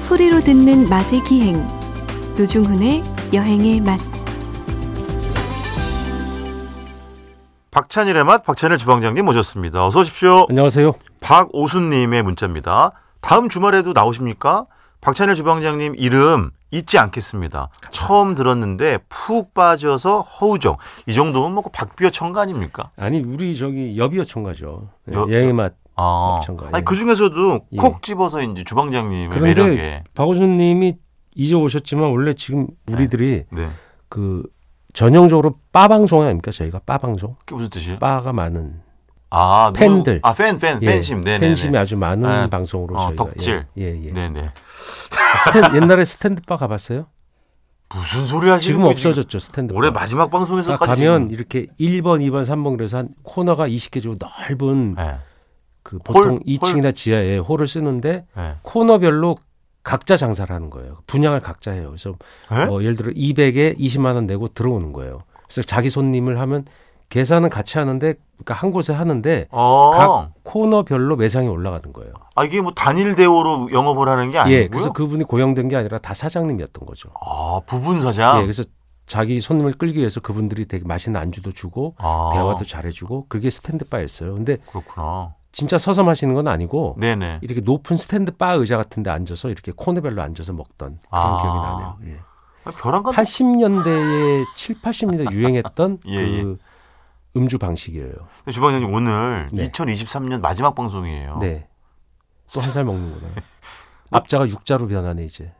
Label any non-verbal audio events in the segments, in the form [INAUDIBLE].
소리로 듣는 맛의 기행 노중훈의 여행의 맛 박찬일의 맛 박찬일 주방장님 모셨습니다. 어서 오십시오. 안녕하세요. 박오순님의 문자입니다. 다음 주말에도 나오십니까? 박찬일 주방장님 이름 잊지 않겠습니다. 처음 들었는데 푹 빠져서 허우정. 이 정도면 뭐 박비어 청가 아닙니까? 아니 우리 저기 여비어 총가죠. 예, 여- 여행의 맛. 아, 청가, 아니 예. 그 중에서도 예. 콕 집어서 이제 주방장님의 그런데 매력에. 박호준님이 이제 오셨지만 원래 지금 우리들이 네. 그 전형적으로 빠 방송 아닙니까 저희가 빠 방송 그게 무슨 뜻이에요? 빠가 많은 아 누구- 팬들. 아 팬, 팬, 예, 팬심. 네네. 팬심이 아주 많은 아, 방송으로 어, 저희가 덕질. 예예 예. 네네. 스탠- 옛날에 스탠드 바 가봤어요? 무슨 소리 하시는 지금 거예요? 없어졌죠 스탠드. 올해 마지막 방송에서까지. 뭐. 가면 이렇게 1번, 2번, 3번 그래서 한 코너가 20개 정도 넓은 지금- 예. 그 보통 홀, 2층이나 지하에 홀을 쓰는데 예. 코너별로 각자 장사를 하는 거예요. 분양을 각자 해요. 그래서 예? 뭐 예를 들어 200에 20만 원 내고 들어오는 거예요. 그래서 자기 손님을 하면 계산은 같이 하는데 그러니까 한 곳에 하는데 어. 각 코너별로 매상이 올라가는 거예요. 아 이게 뭐 단일 대우로 영업을 하는 게 아니고요. 예, 그래서 그분이 고용된 게 아니라 다 사장님이었던 거죠. 아 부분 사장. 예, 그래서 자기 손님을 끌기 위해서 그분들이 되게 맛있는 안주도 주고 아, 대화도 잘해주고 그게 스탠드바였어요. 근데 그렇구나. 진짜 서서 마시는 건 아니고 네네. 이렇게 높은 스탠드바 의자 같은 데 앉아서 이렇게 코너별로 앉아서 먹던 그런 아. 기억이 나네요. 예. 아, 벼랑 간. 80년대에 7, 80년대 유행했던 [LAUGHS] 예, 그 음주 방식이에요. 주방장님 오늘 네. 2023년 마지막 방송이에요. 네. 또 한 살 먹는구나. 앞자가 육자로 변하네 이제.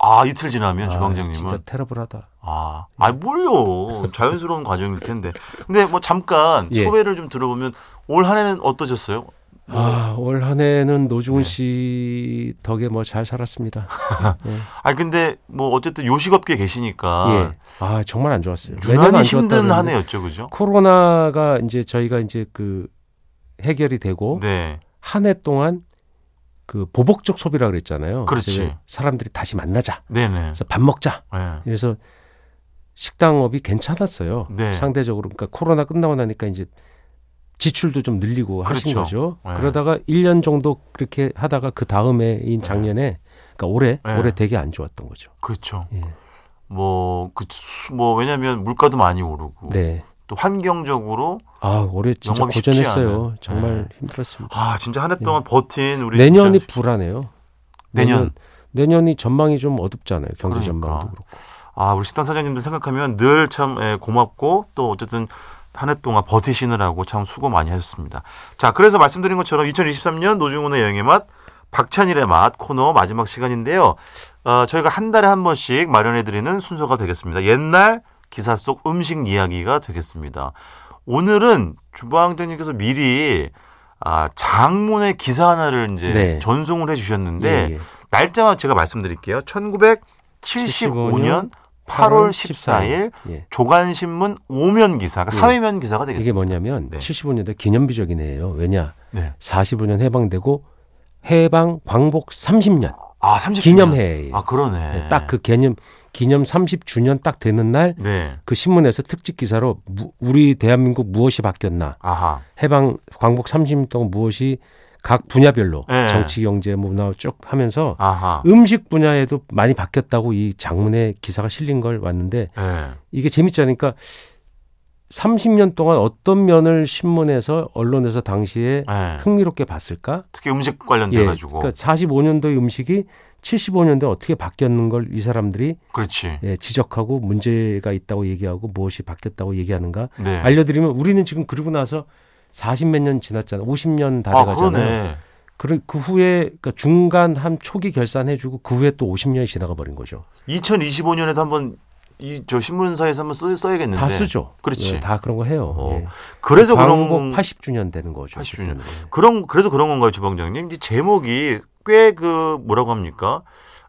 아 이틀 지나면 아, 진짜 주방장님은 테러블하다. 아, 아 뭘요? 자연스러운 과정일 텐데. 근데 뭐 잠깐 예. 소개를 좀 들어보면 올 한해는 어떠셨어요? 아, 올 한 해는 네. 노중훈 씨 덕에 뭐 잘 살았습니다. 예. 아 근데 뭐 어쨌든 요식업계 에 계시니까 예. 아, 정말 안 좋았어요. 매년 유난히 안 힘든 좋았다는데 한 해였죠, 그죠? 코로나가 이제 저희가 이제 그 해결이 되고 네. 한 해 동안 그 보복적 소비라 그랬잖아요. 그렇지. 그래서 사람들이 다시 만나자. 네네. 그래서 밥 먹자. 예. 그래서 식당업이 괜찮았어요. 네. 상대적으로 그러니까 코로나 끝나고 나니까 이제 지출도 좀 늘리고 하신 그렇죠. 거죠. 네. 그러다가 1년 정도 그렇게 하다가 그 다음에인 작년에 그러니까 올해 네. 올해 되게 안 좋았던 거죠. 그렇죠. 예. 뭐, 그, 수- 뭐, 왜냐면 물가도 많이 오르고. 네. 또 환경적으로. 아, 올해 진짜 영업이 쉽지 고전했어요. 않은. 정말 힘들었습니다. 아, 진짜 한 해 동안 버틴 우리. 네. 내년이 진짜- 불안해요. 내년. 내년 이 전망이 좀 어둡잖아요. 경제 그러니까. 전망도 그렇고. 아, 우리 식당 사장님들 생각하면 늘 참 예, 고맙고 또 어쨌든 한 해 동안 버티시느라고 참 수고 많이 하셨습니다. 자, 그래서 말씀드린 것처럼 2023년 노중훈의 여행의 맛, 박찬일의 맛 코너 마지막 시간인데요. 어, 저희가 한 달에 한 번씩 마련해드리는 순서가 되겠습니다. 옛날 기사 속 음식 이야기가 되겠습니다. 오늘은 주방장님께서 미리 아, 장문의 기사 하나를 이제 네. 전송을 해주셨는데 예, 예. 날짜만 제가 말씀드릴게요. 1975년 8월 14일 예. 조간신문 오면 기사, 그러니까 예. 사회면 기사가 되겠습니다. 이게 뭐냐면 네. 75년대 기념비적인 해예요. 왜냐? 네. 45년 해방되고 해방 광복 30년 아, 30 기념해예요. 아, 그러네. 딱 그 개념 기념 30주년 딱 되는 날 그 네. 신문에서 특집 기사로 무- 우리 대한민국 무엇이 바뀌었나 아하. 해방 광복 30년 동안 무엇이 각 분야별로 네. 정치 경제 뭐 문화 쭉 하면서 아하. 음식 분야에도 많이 바뀌었다고 이 장문의 기사가 실린 걸 왔는데 네. 이게 재밌잖아요. 그러니까 30년 동안 어떤 면을 신문에서 언론에서 당시에 네. 흥미롭게 봤을까? 특히 음식 관련돼 가지고. 그러니까 45년도의 음식이 75년도에 어떻게 바뀌었는 걸 이 사람들이 그렇지. 예, 지적하고 문제가 있다고 얘기하고 무엇이 바뀌었다고 얘기하는가 네. 알려드리면 우리는 지금 그러고 나서 40 몇 년 지났잖아. 50년 다 아, 돼가잖아요. 그러네. 그그 후에 그러니까 중간 한 초기 결산해주고 그 후에 또 50년이 지나가 버린 거죠. 2025년에도 한번 이 저 신문사에서 한번 써, 써야겠는데. 다 쓰죠. 네, 그렇지. 예, 다 그런 거 해요. 어. 예. 그래서 광복 그런 80주년 되는 거죠. 80주년. 그때는. 그런 그래서 그런 건가요, 주방장님? 이제 제목이 꽤 그 뭐라고 합니까?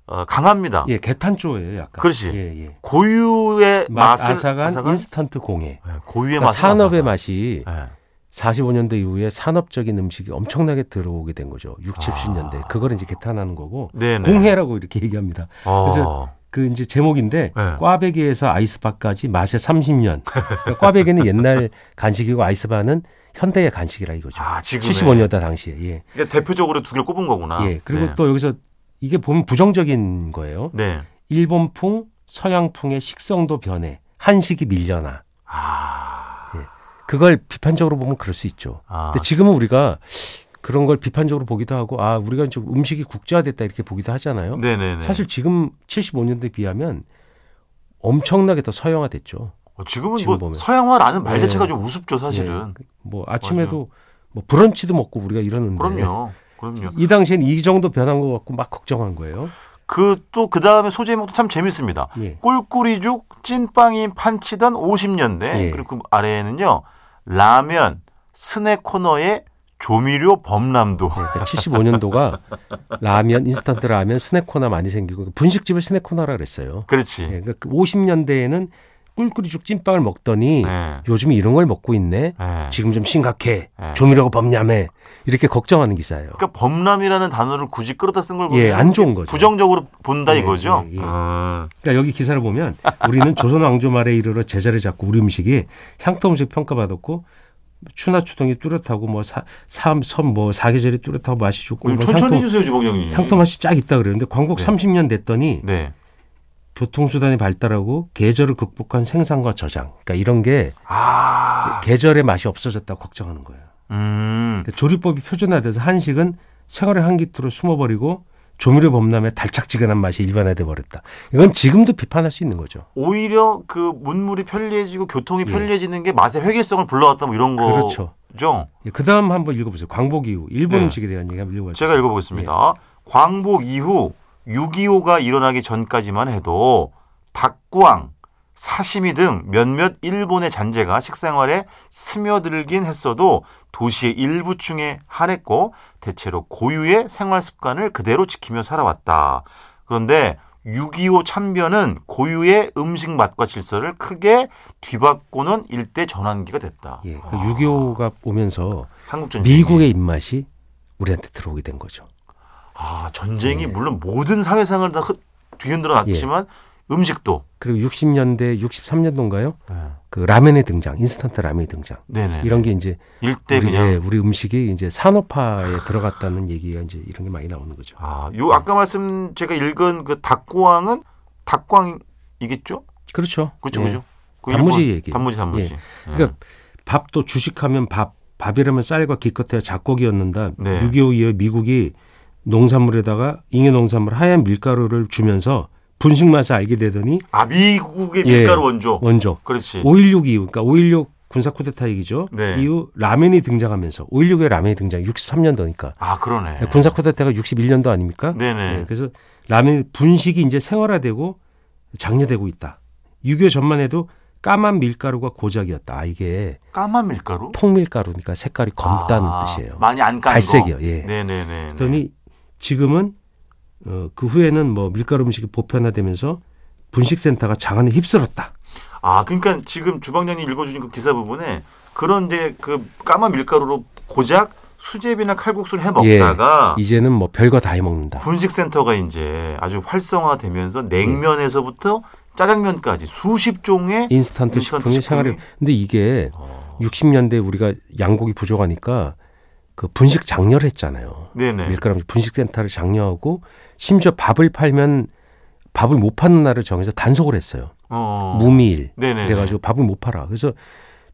어, 강합니다. 예, 개탄조예요, 약간. 그렇지. 예, 예. 고유의 맛 맛을 아사간 아사간? 인스턴트 공예. 예, 고유의 그러니까 맛 산업의 맛이 예. 45년대 이후에 산업적인 음식이 엄청나게 들어오게 된 거죠. 6, 아. 70년대. 그걸 이제 개탄하는 거고 네네. 공해라고 이렇게 얘기합니다. 어. 그래서- 그 이제 제목인데 네. 그러니까 [LAUGHS] 아, 예. 그러니까 아, 이게 보면 부정적인 거예요. 네. 일본풍, 서양풍의 식성도 변해 한식이 밀려나. 그걸 비판적으로 보면 그럴 수 있죠. 아, 근데 지금은 우리가 그런 걸 비판적으로 보기도 하고 아 우리가 좀 음식이 국제화됐다 이렇게 보기도 하잖아요. 네네네. 사실 지금 75년대 에 비하면 엄청나게 더 서양화됐죠. 어, 지금은 지금 뭐 보면. 서양화라는 말 네. 자체가 좀 우습죠, 사실은. 예. 뭐 아침에도 뭐 브런치도 먹고 우리가 이러는데 그럼요. 그럼요. 네. 이 당시엔 이 정도 변한 것 같고 막 걱정한 거예요. 그 또 그 다음에 소제목도참 재밌습니다. 예. 꿀꿀이죽, 찐빵인 판치던 50년대 예. 그리고 그 아래에는요 라면 스낵 코너의 조미료 범람도 그러니까 75년도가 라면 인스턴트 라면 스낵 코너 많이 생기고 분식집을 스낵 코너라 그랬어요. [LAUGHS] 그렇지. 예, 그러니까 그 50년대에는 꿀꿀이죽 찐빵을 먹더니 네. 요즘 이런 걸 먹고 있네. 네. 지금 좀 심각해. 네. 조미료가 범람해. 이렇게 걱정하는 기사예요. 그러니까 범람이라는 단어를 굳이 끌어다 쓴 걸 보면 예, 안 좋은 거죠. 부정적으로 본다 예, 이거죠. 예, 예. 아, 그러니까 여기 기사를 보면 우리는 조선 왕조 말에 이르러 제자를 잡고 우리 음식이 향토 음식 평가받았고 추나 추동이 뚜렷하고 뭐 뭐삼섬뭐 사계절이 뚜렷하고 맛이 좋고 그럼 뭐 천천히 향토, 해주세요, 주방장님. 향토 맛이 쫙 있다 그러는데 광복 네. 30년 됐더니 네. 교통수단이 발달하고 계절을 극복한 생산과 저장 그러니까 이런 게 아, 계절의 맛이 없어졌다고 걱정하는 거예요. 음, 그러니까 조리법이 표준화돼서 한식은 생활의 한기투로 숨어버리고 조미료 범람에 달착지근한 맛이 일반화돼 버렸다. 이건 지금도 비판할 수 있는 거죠. 오히려 그 문물이 편리해지고 교통이 예. 편리해지는 게 맛의 회계성을 불러왔다 뭐 이런 거죠. 그렇죠. 그 다음 한번 읽어보세요. 광복 이후 일본 네. 음식에 대한 얘기 한번 읽어보세요. 제가 네. 읽어보겠습니다. 광복 이후 6.25가 일어나기 전까지만 해도 닭구왕, 사시미 등 몇몇 일본의 잔재가 식생활에 스며들긴 했어도 도시의 일부층에 한했고 대체로 고유의 생활 습관을 그대로 지키며 살아왔다. 그런데 6.25 참변은 고유의 음식 맛과 질서를 크게 뒤바꾸는 일대 전환기가 됐다. 아, 예, 6.25가 오면서 한국 전쟁. 미국의 입맛이 우리한테 들어오게 된 거죠. 아 예. 전쟁이 물론 모든 사회상을 다 흩- 뒤흔들어 놨지만 예. 음식도 그리고 60년대, 63년도인가요? 그 라면의 등장, 인스턴트 라면의 등장. 네네 이런 게 이제 일대 우리, 그냥 예, 우리 음식이 이제 산업화에 들어갔다는 얘기가 이제 이런 게 많이 나오는 거죠. 아요 아까 말씀 제가 읽은 그 닭고왕은 닭광이겠죠 그렇죠. 그렇죠 예. 그렇죠 그 단무지 일본- 얘기. 단무지 예. 단무지 음. 그러니까 밥도 주식하면 밥, 밥이라면 쌀과 기껏해야 잡곡이었는다. 네. 6.25 이후 미국이 농산물에다가 잉여 농산물 하얀 밀가루를 주면서 분식 맛을 알게 되더니 아 미국의 예. 밀가루 원조 원조 그렇지 5.16 이후 그러니까 5.16 군사 쿠데타 얘기죠. 네. 이후 라면이 등장하면서 5.16의 라면이 등장 63년도니까 아 그러네 군사 쿠데타가 61년도 아닙니까? 네네 네, 그래서 라면 분식이 이제 생활화되고 장려되고 있다. 6.25 전만 해도 까만 밀가루가 고작이었다. 아, 이게 까만 밀가루 통밀가루니까 색깔이 검다는 아, 뜻이에요. 많이 안 깐 거. 갈색이요. 예. 네네네 그랬더니 지금은 어, 그 후에는 뭐 밀가루 음식이 보편화되면서 분식센터가 장안에 휩쓸었다. 아, 그러니까 지금 주방장님 읽어주신 그 기사 부분에 그런 이제 그 까만 밀가루로 고작 수제비나 칼국수를 해 먹다가 이제는 뭐 별거 다 해먹는다. 분식센터가 이제 아주 예. 활성화되면서부터 냉면에서부터 짜장면까지 수십 종의 인스턴트, 식품이 생활이. 근데 이게 어, 60년대 우리가 양곡이 부족하니까 그 분식 장려를 했잖아요. 네네. 밀가루 음식 분식센터를 장려하고 심지어 밥을 팔면 밥을 못 파는 날을 정해서 단속을 했어요. 어. 무미일. 네네. 그래가지고 밥을 못 팔아. 그래서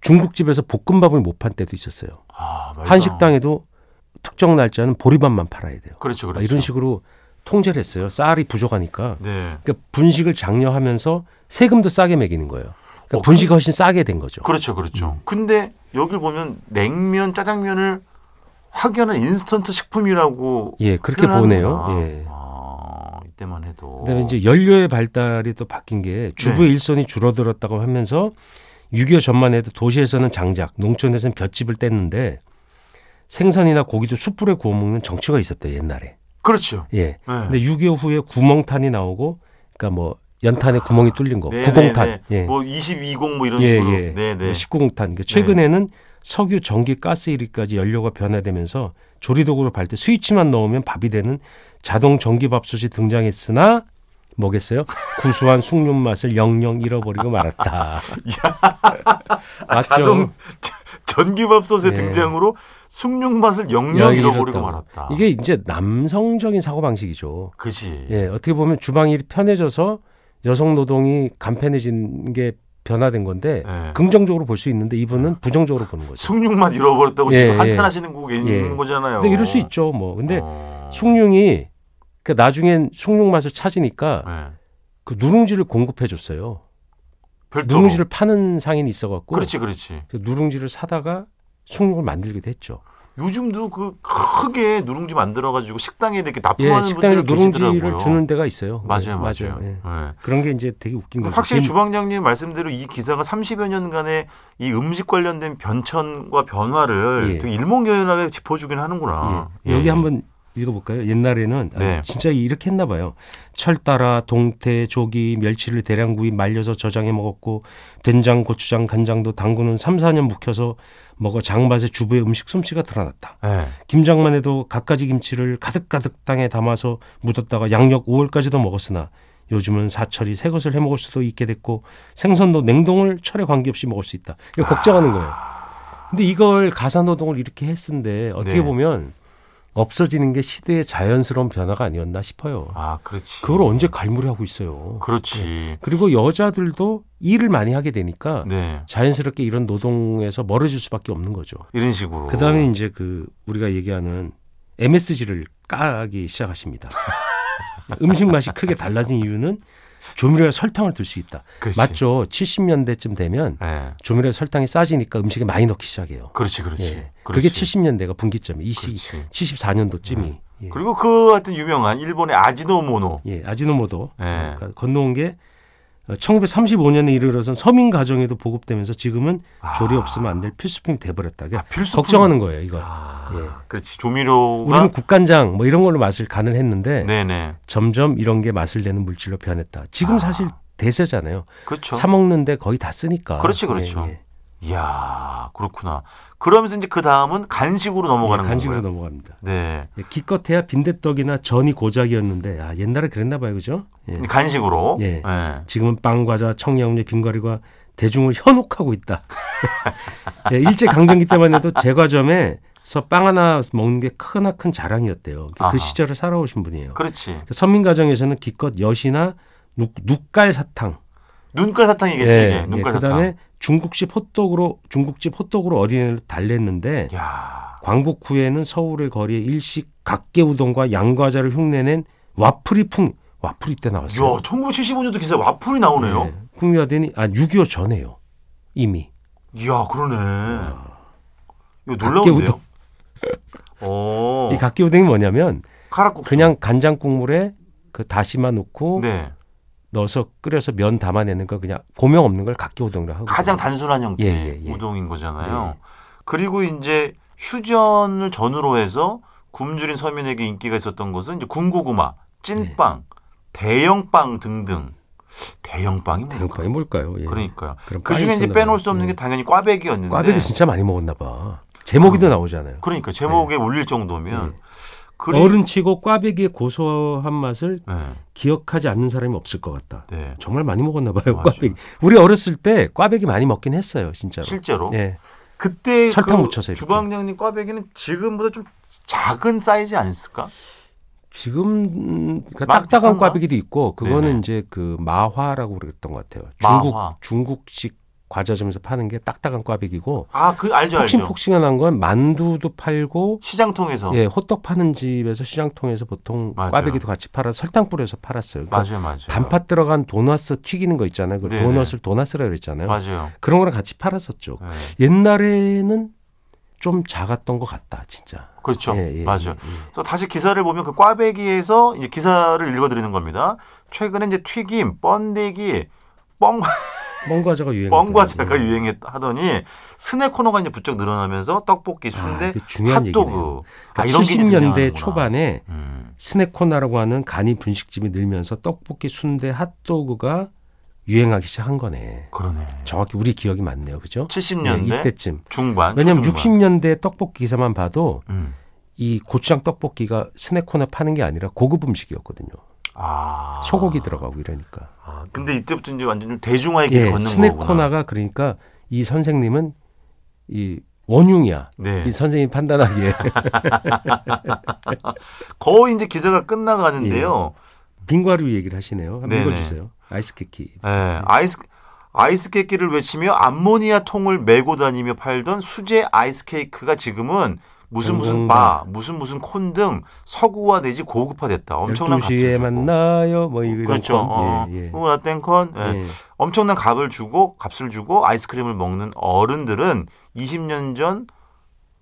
중국집에서 볶음밥을 못 판 때도 있었어요. 아, 말도 안- 한식당에도 특정 날짜는 보리밥만 팔아야 돼요. 그렇죠, 그렇죠. 이런 식으로 통제를 했어요. 쌀이 부족하니까. 네. 그러니까 분식을 장려하면서 세금도 싸게 매기는 거예요. 그러니까 어, 분식이 훨씬 싸게 된 거죠. 그렇죠, 그렇죠. 음. 근데 여기 보면 냉면, 짜장면을 확연한 인스턴트 식품이라고 예, 그렇게 보네요. 표현하는구나. 예. 아, 이때만 해도. 그다음에 이제 연료의 발달이 또 바뀐 게 주부의 네. 일손이 줄어들었다고 하면서 6.25 전만 해도 도시에서는 장작, 농촌에서는 볏짚을 뗐는데 생선이나 고기도 숯불에 구워 먹는 정치가 있었대요 옛날에. 그렇죠. 예. 네. 근데 6.25 후에 구멍탄이 나오고, 그러니까 뭐 연탄에 구멍이 뚫린 거, 네, 구공탄, 네, 네. 예. 뭐 220, 뭐 이런 예, 식으로. 예. 네, 네. 19공탄. 그러니까 최근에는 석유, 전기, 가스 1위까지 연료가 변화되면서 조리도구로 발 때 스위치만 넣으면 밥이 되는 자동 전기밥솥이 등장했으나 뭐겠어요? [LAUGHS] 구수한 숭늉 맛을 영영 [LAUGHS] 잃어버리고 말았다. 맞죠? 아, 자동 [LAUGHS] 전기밥솥의 아, 예. 등장으로 숭늉 맛을 영영 영영 잃어버리고 잃었다고. 말았다. 이게 이제 남성적인 사고 방식이죠. 그지. 예, 어떻게 보면 주방이 편해져서 여성 노동이 간편해진 게 변화된 건데 예. 아, 긍정적으로 볼 수 있는데 이분은 부정적으로 보는 거죠. 숭늉 맛 잃어버렸다고 예, 지금 예. 한탄하시는 거 있는 예. 거잖아요. 근데 이럴 수 있죠. 뭐 근데 어. 숭늉이 그 나중엔 숭늉 맛을 찾으니까 예. 그 누룽지를 공급해 줬어요. 별도로. 그렇죠. 누룽지를 파는 상인이 있어갖고 그렇지, 그렇지. 그 누룽지를 사다가 숭늉을 만들기도 했죠. 요즘도 그 크게 누룽지 만들어가지고 식당에 이렇게 납품하는 예, 식당에 아, 분들 누룽지를 계시더라고요. 주는 데가 있어요. 예, 맞아요, 맞아요. 예. 예. 그런 게 이제 되게 웃긴 음, 거죠. 확실히 그 주방장님 말씀대로 이 기사가 30여 년간의 이 음식 관련된 변천과 변화를 예. 되게 일목요연하게 짚어주긴 하는구나. 예. 여기 한번 읽어볼까요? 옛날에는 아, 네. 진짜 이렇게 했나 봐요. 철따라 동태, 조기, 멸치를 대량 구이 말려서 저장해 먹었고 된장, 고추장, 간장도 당근은 3, 4년 묵혀서 먹어 장맛에 주부의 음식 솜씨가 드러났다. 예. 김장만 해도 갖가지 김치를 가득가득 땅에 담아서 묻었다가 양력 5월까지도 먹었으나 요즘은 사철이 새것을 해 먹을 수도 있게 됐고 생선도 냉동을 철에 관계없이 먹을 수 있다. 이거 아. 걱정하는 거예요. 근데 이걸 가사노동을 이렇게 했은데 어떻게 네. 보면 없어지는 게 시대의 자연스러운 변화가 아니었나 싶어요. 아, 그렇지. 그걸 언제 갈무리하고 있어요. 예. 그렇지. 그리고 여자들도 일을 많이 하게 되니까 네. 자연스럽게 이런 노동에서 멀어질 수밖에 없는 거죠. 이런 식으로. 그다음에 이제 그 우리가 얘기하는 MSG를 [LAUGHS] 까기 시작하십니다. 음식 맛이 크게 달라진 이유는 조미료와 설탕을 둘 수 있다. 그렇지. 맞죠? 70년대쯤 되면 예. 조미료 설탕이 싸지니까 음식에 많이 넣기 시작해요. 그렇지, 그렇지. 예. 그렇지. 그게 70년대가 분기점이 이 시기 그렇지. 74년도쯤이 예. 그리고 그 하여튼 유명한 일본의 아지노모노. 예, 아지노모도 예. 그러니까 건너온 게 1935년에 이르러선 서민 가정에도 보급되면서 지금은 조리 없으면 안 될 필수품이 돼버렸다. 그러니까 아, 필수. 걱정하는 거예요, 이거. 아, 예. 그렇지. 조미료가 우리는 국간장 뭐 이런 걸로 맛을 간을 했는데 아. 네, 네. 점점 이런 게 맛을 내는 물질로 변했다. 지금 사실 대세잖아요. 아. 그렇죠. 사 먹는데 거의 다 쓰니까. 그렇지, 그렇죠. 예, 예. 이야, 그렇구나. 그러면서 이제 그 다음은 간식으로 넘어가는 예, 간식으로 거예요. 넘어갑니다. 네. 예, 기껏해야 빈대떡이나 전이 고작이었는데 아, 옛날에 그랬나 봐요, 그죠? 예. 간식으로. 예. 예. 지금은 빵, 과자, 청양음료, 빈과류가 대중을 현혹하고 있다. [LAUGHS] 예, 일제 강점기 때만 해도 제과점에서 빵 하나 먹는 게 크나 큰 자랑이었대요. 아하. 그 시절을 살아오신 분이에요. 그렇지. 선민 가정에서는 기껏 엿이나 눅, 눅갈 사탕, 눈깔 사탕이겠지. 예, 이게. 예, 눈깔 사탕. 그다음에 중국식 호떡으로 중국집 호떡으로 어린애를 달랬는데 야. 광복 후에는 서울의 거리에 일식 각계 우동과 양과자를 흉내낸 와플이 풍 와플이 때 야, 나왔어요. 1975년도 기사에 와플이 나오네요. 예, 풍미화되니 아6.25 전에요. 이미 이야, 그러네. 이거 우동. 놀라운데요? 어. 이 각계 우동이 뭐냐면 카라국수. 그냥 간장 국물에 그 다시마 넣고 네. 넣어서 끓여서 면 담아내는 거 그냥 고명 없는 걸 각계 우동이라고 하고 가장 단순한 형태 예, 예, 예. 우동인 거잖아요. 네. 그러니까 그리고 이제 휴전을 전후로 해서 굶주린 서민에게 인기가 있었던 것은 이제 군고구마, 찐빵, 예. 대형빵 등등. 대형빵이 뭘까요? 거의 뭘까요? 예. 그러니까요. 그런 그 중에 빵이 이제 있었나 빼놓을 봐요. 수 없는 예. 게 당연히 꽈배기였는데. 꽈배기 진짜 많이 먹었나 봐. 제목이도 나오잖아요. 그러니까 제목에 올릴 정도면 그리- 네. 어른치고 꽈배기의 고소한 맛을 네, 기억하지 않는 사람이 없을 것 같다. 네. 정말 많이 먹었나 봐요, 맞아. 꽈배기. 우리 어렸을 때 꽈배기 많이 먹긴 했어요, 진짜로. 실제로 예. 그때 설탕 그 묻혀서 이렇게. 주방장님 꽈배기는 지금보다 좀 작은 사이즈 아니었을까? 지금 음, 그러니까 맛 딱딱한 비슷한가? 꽈배기도 있고 그거는 네네. 이제 그 마화라고 그랬던 것 같아요. 중국 마화. 중국식 과자점에서 파는 게 딱딱한 꽈배기고 아, 그 알죠, 알죠. 폭신폭신한 건 만두도 팔고 시장 통해서 예, 호떡 파는 집에서 시장 통해서 보통 어. 맞아요. 꽈배기도 같이 팔아 설탕 뿌려서 팔았어요. 그러니까 맞아요, 맞아요. 단팥 들어간 도넛 튀기는 거 있잖아요. 그 네네. 도넛을 도넛이라고 그랬잖아요. 맞아요. 그런 거랑 같이 팔았었죠. 네. 옛날에는 좀 작았던 것 같다, 진짜. 그렇죠. 예, 예, 맞아요. 예, 예. 그래서 다시 기사를 보면 그 꽈배기에서 이제 기사를 읽어드리는 겁니다. 최근에 이제 튀김, 번데기, 뻥, 뻥과자가 유행. 뻥과자가 유행하더니 스낵 코너가 이제 부쩍 늘어나면서 떡볶이, 순대, 아, 중요한 핫도그. 아, 얘기네요. 그러니까 70년대 초반에 음. 스낵코나라고 하는 간이 분식집이 늘면서 떡볶이, 순대, 핫도그가 유행하기 시작한 거네. 그러네. 정확히 우리 기억이 맞네요, 그죠? 70년대 예, 이때쯤. 중반. 왜냐하면 초중반. 60년대 떡볶이 기사만 봐도 음. 이 고추장 떡볶이가 스낵코나 파는 게 아니라 고급 음식이었거든요. 아. 소고기 들어가고 이러니까. 아, 근데 이때부터 네 이제 완전 좀 대중화의 길을 예, 걷는 스낵 거구나. 코나가 그러니까 이 선생님은 이 원흉이야. 네. 이 [LAUGHS] 선생님 판단하기에 거의 이제 기사가 예. 끝나가는데요. 빙과류 얘기를 하시네요. 한번 네네. 읽어주세요. 아이스케키. 예, 아이스 아이스 케이크를 외치며 암모니아 통을 메고 다니며 팔던 수제 아이스 케이크가 지금은 무슨 무슨 바, 무슨 무슨 콘 등 서구화되지 고급화됐다. 엄청난 12시에 값을 주고. 만나요. 뭐 이런 그렇죠. 건. 어, 예, 예. 응원아 땡컨. 예. 예. 엄청난 값을 주고 값을 주고 아이스크림을 먹는 어른들은 20년 전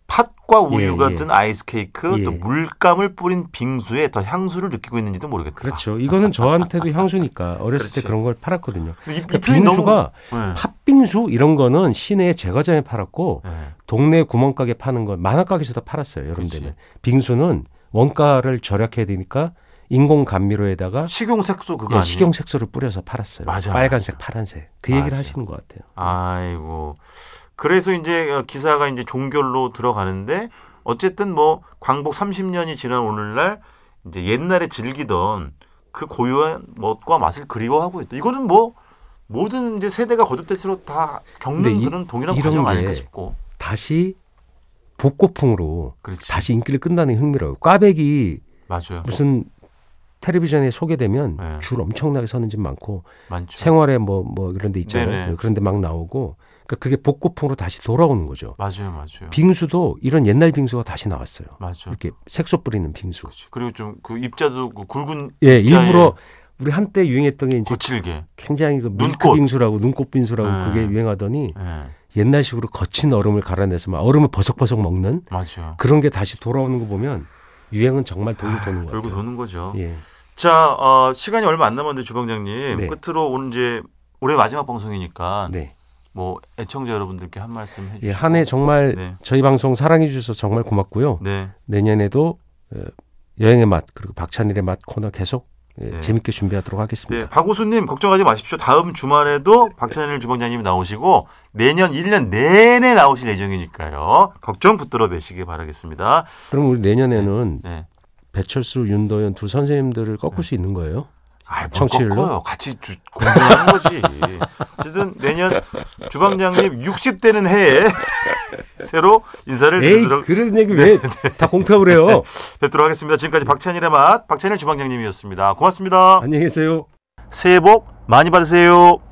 팥과 우유 예, 예. 같은 아이스 케이크 또 예. 물감을 뿌린 빙수에 더 향수를 느끼고 있는지도 모르겠다. 그렇죠. 이거는 저한테도 향수니까 어렸을 그렇지. 때 그런 걸 팔았거든요. 근데 이, 이 그러니까 표현이 너무- 빙수가 예. 팥빙수 이런 거는 시내에 제과점에 팔았고 예. 동네 구멍가게 파는 건 만화가게에서도 팔았어요. 여름 그치. 되면 빙수는 원가를 절약해야 되니까 인공 감미료에다가 식용 색소 그거 예, 아니에요? 식용 색소를 뿌려서 팔았어요. 맞아, 빨간색, 파란색 그 얘기를 맞아. 하시는 것 같아요. 아이고. 그래서 이제 어, 기사가 이제 종결로 들어가는데 어쨌든 뭐 광복 30년이 지난 오늘날 이제 옛날에 즐기던 그 고유한 멋과 맛을 그리워하고 있다. 이거는 뭐 모든 이제 세대가 거듭될수록 다 겪는 근데 이- 그런 동일한 이런 과정 게 아닐까 싶고. 다시 복고풍으로 그렇지. 다시 인기를 끈다는 게 흥미로워요. 꽈배기 맞아요. 무슨 텔레비전에 소개되면 네. 줄 엄청나게 서는 집 많고 많죠. 생활에 뭐 뭐 이런 데 있잖아요. 네네. 그런 데 막 나오고 그러니까 그게 복고풍으로 다시 돌아오는 거죠. 맞아요. 맞아요. 빙수도 이런 옛날 빙수가 다시 나왔어요. 맞아요. 이렇게 색소 뿌리는 빙수. 그렇죠. 그렇지. 그리고 좀 그 입자도 그 굵은 예, 입자에 일부러 우리 한때 유행했던 게 이제 거칠게. 굉장히 그 밀크 눈꽃. 빙수라고 눈꽃 빙수라고 네. 그게 유행하더니 예. 옛날식으로 거친 얼음을 갈아내서 막 얼음을 버석버석 먹는 맞아요. 그런 게 다시 돌아오는 거 보면 유행은 정말 돌고 도는 거 돌고 같아요. 도는 거죠. 예. 자, 어, 시간이 얼마 안 남았는데 주방장님 네. 끝으로 오늘 이제 올해 마지막 방송이니까 네. 뭐 애청자 여러분들께 한 말씀 해주시고 예, 한 해 정말 네. 저희 방송 사랑해 주셔서 정말 고맙고요. 네, 내년에도 어, 여행의 맛 그리고 박찬일의 맛 코너 계속 예, 네. 재밌게 준비하도록 하겠습니다. 네, 박우수님 걱정하지 마십시오. 다음 주말에도 박찬일 주방장님 나오시고 내년 1년 내내 나오실 예정이니까요. 걱정 붙들어 매시기 바라겠습니다. 그럼 우리 내년에는 네, 배철수, 윤도현 두 선생님들을 꺾을 수 있는 거예요? 아이, 뭘 청취율로? 꺾어요. 같이 주- 공부하는 거지. 어쨌든 내년 주방장님 60대는 해에 [LAUGHS] 새로 인사를 에이 드리도록 그런 네, 얘기 왜 다 공표를 해요? 뵙도록 하겠습니다. 지금까지 박찬일의 맛, 박찬일 주방장님이었습니다. 고맙습니다. 안녕히 계세요. 새해 복 많이 받으세요.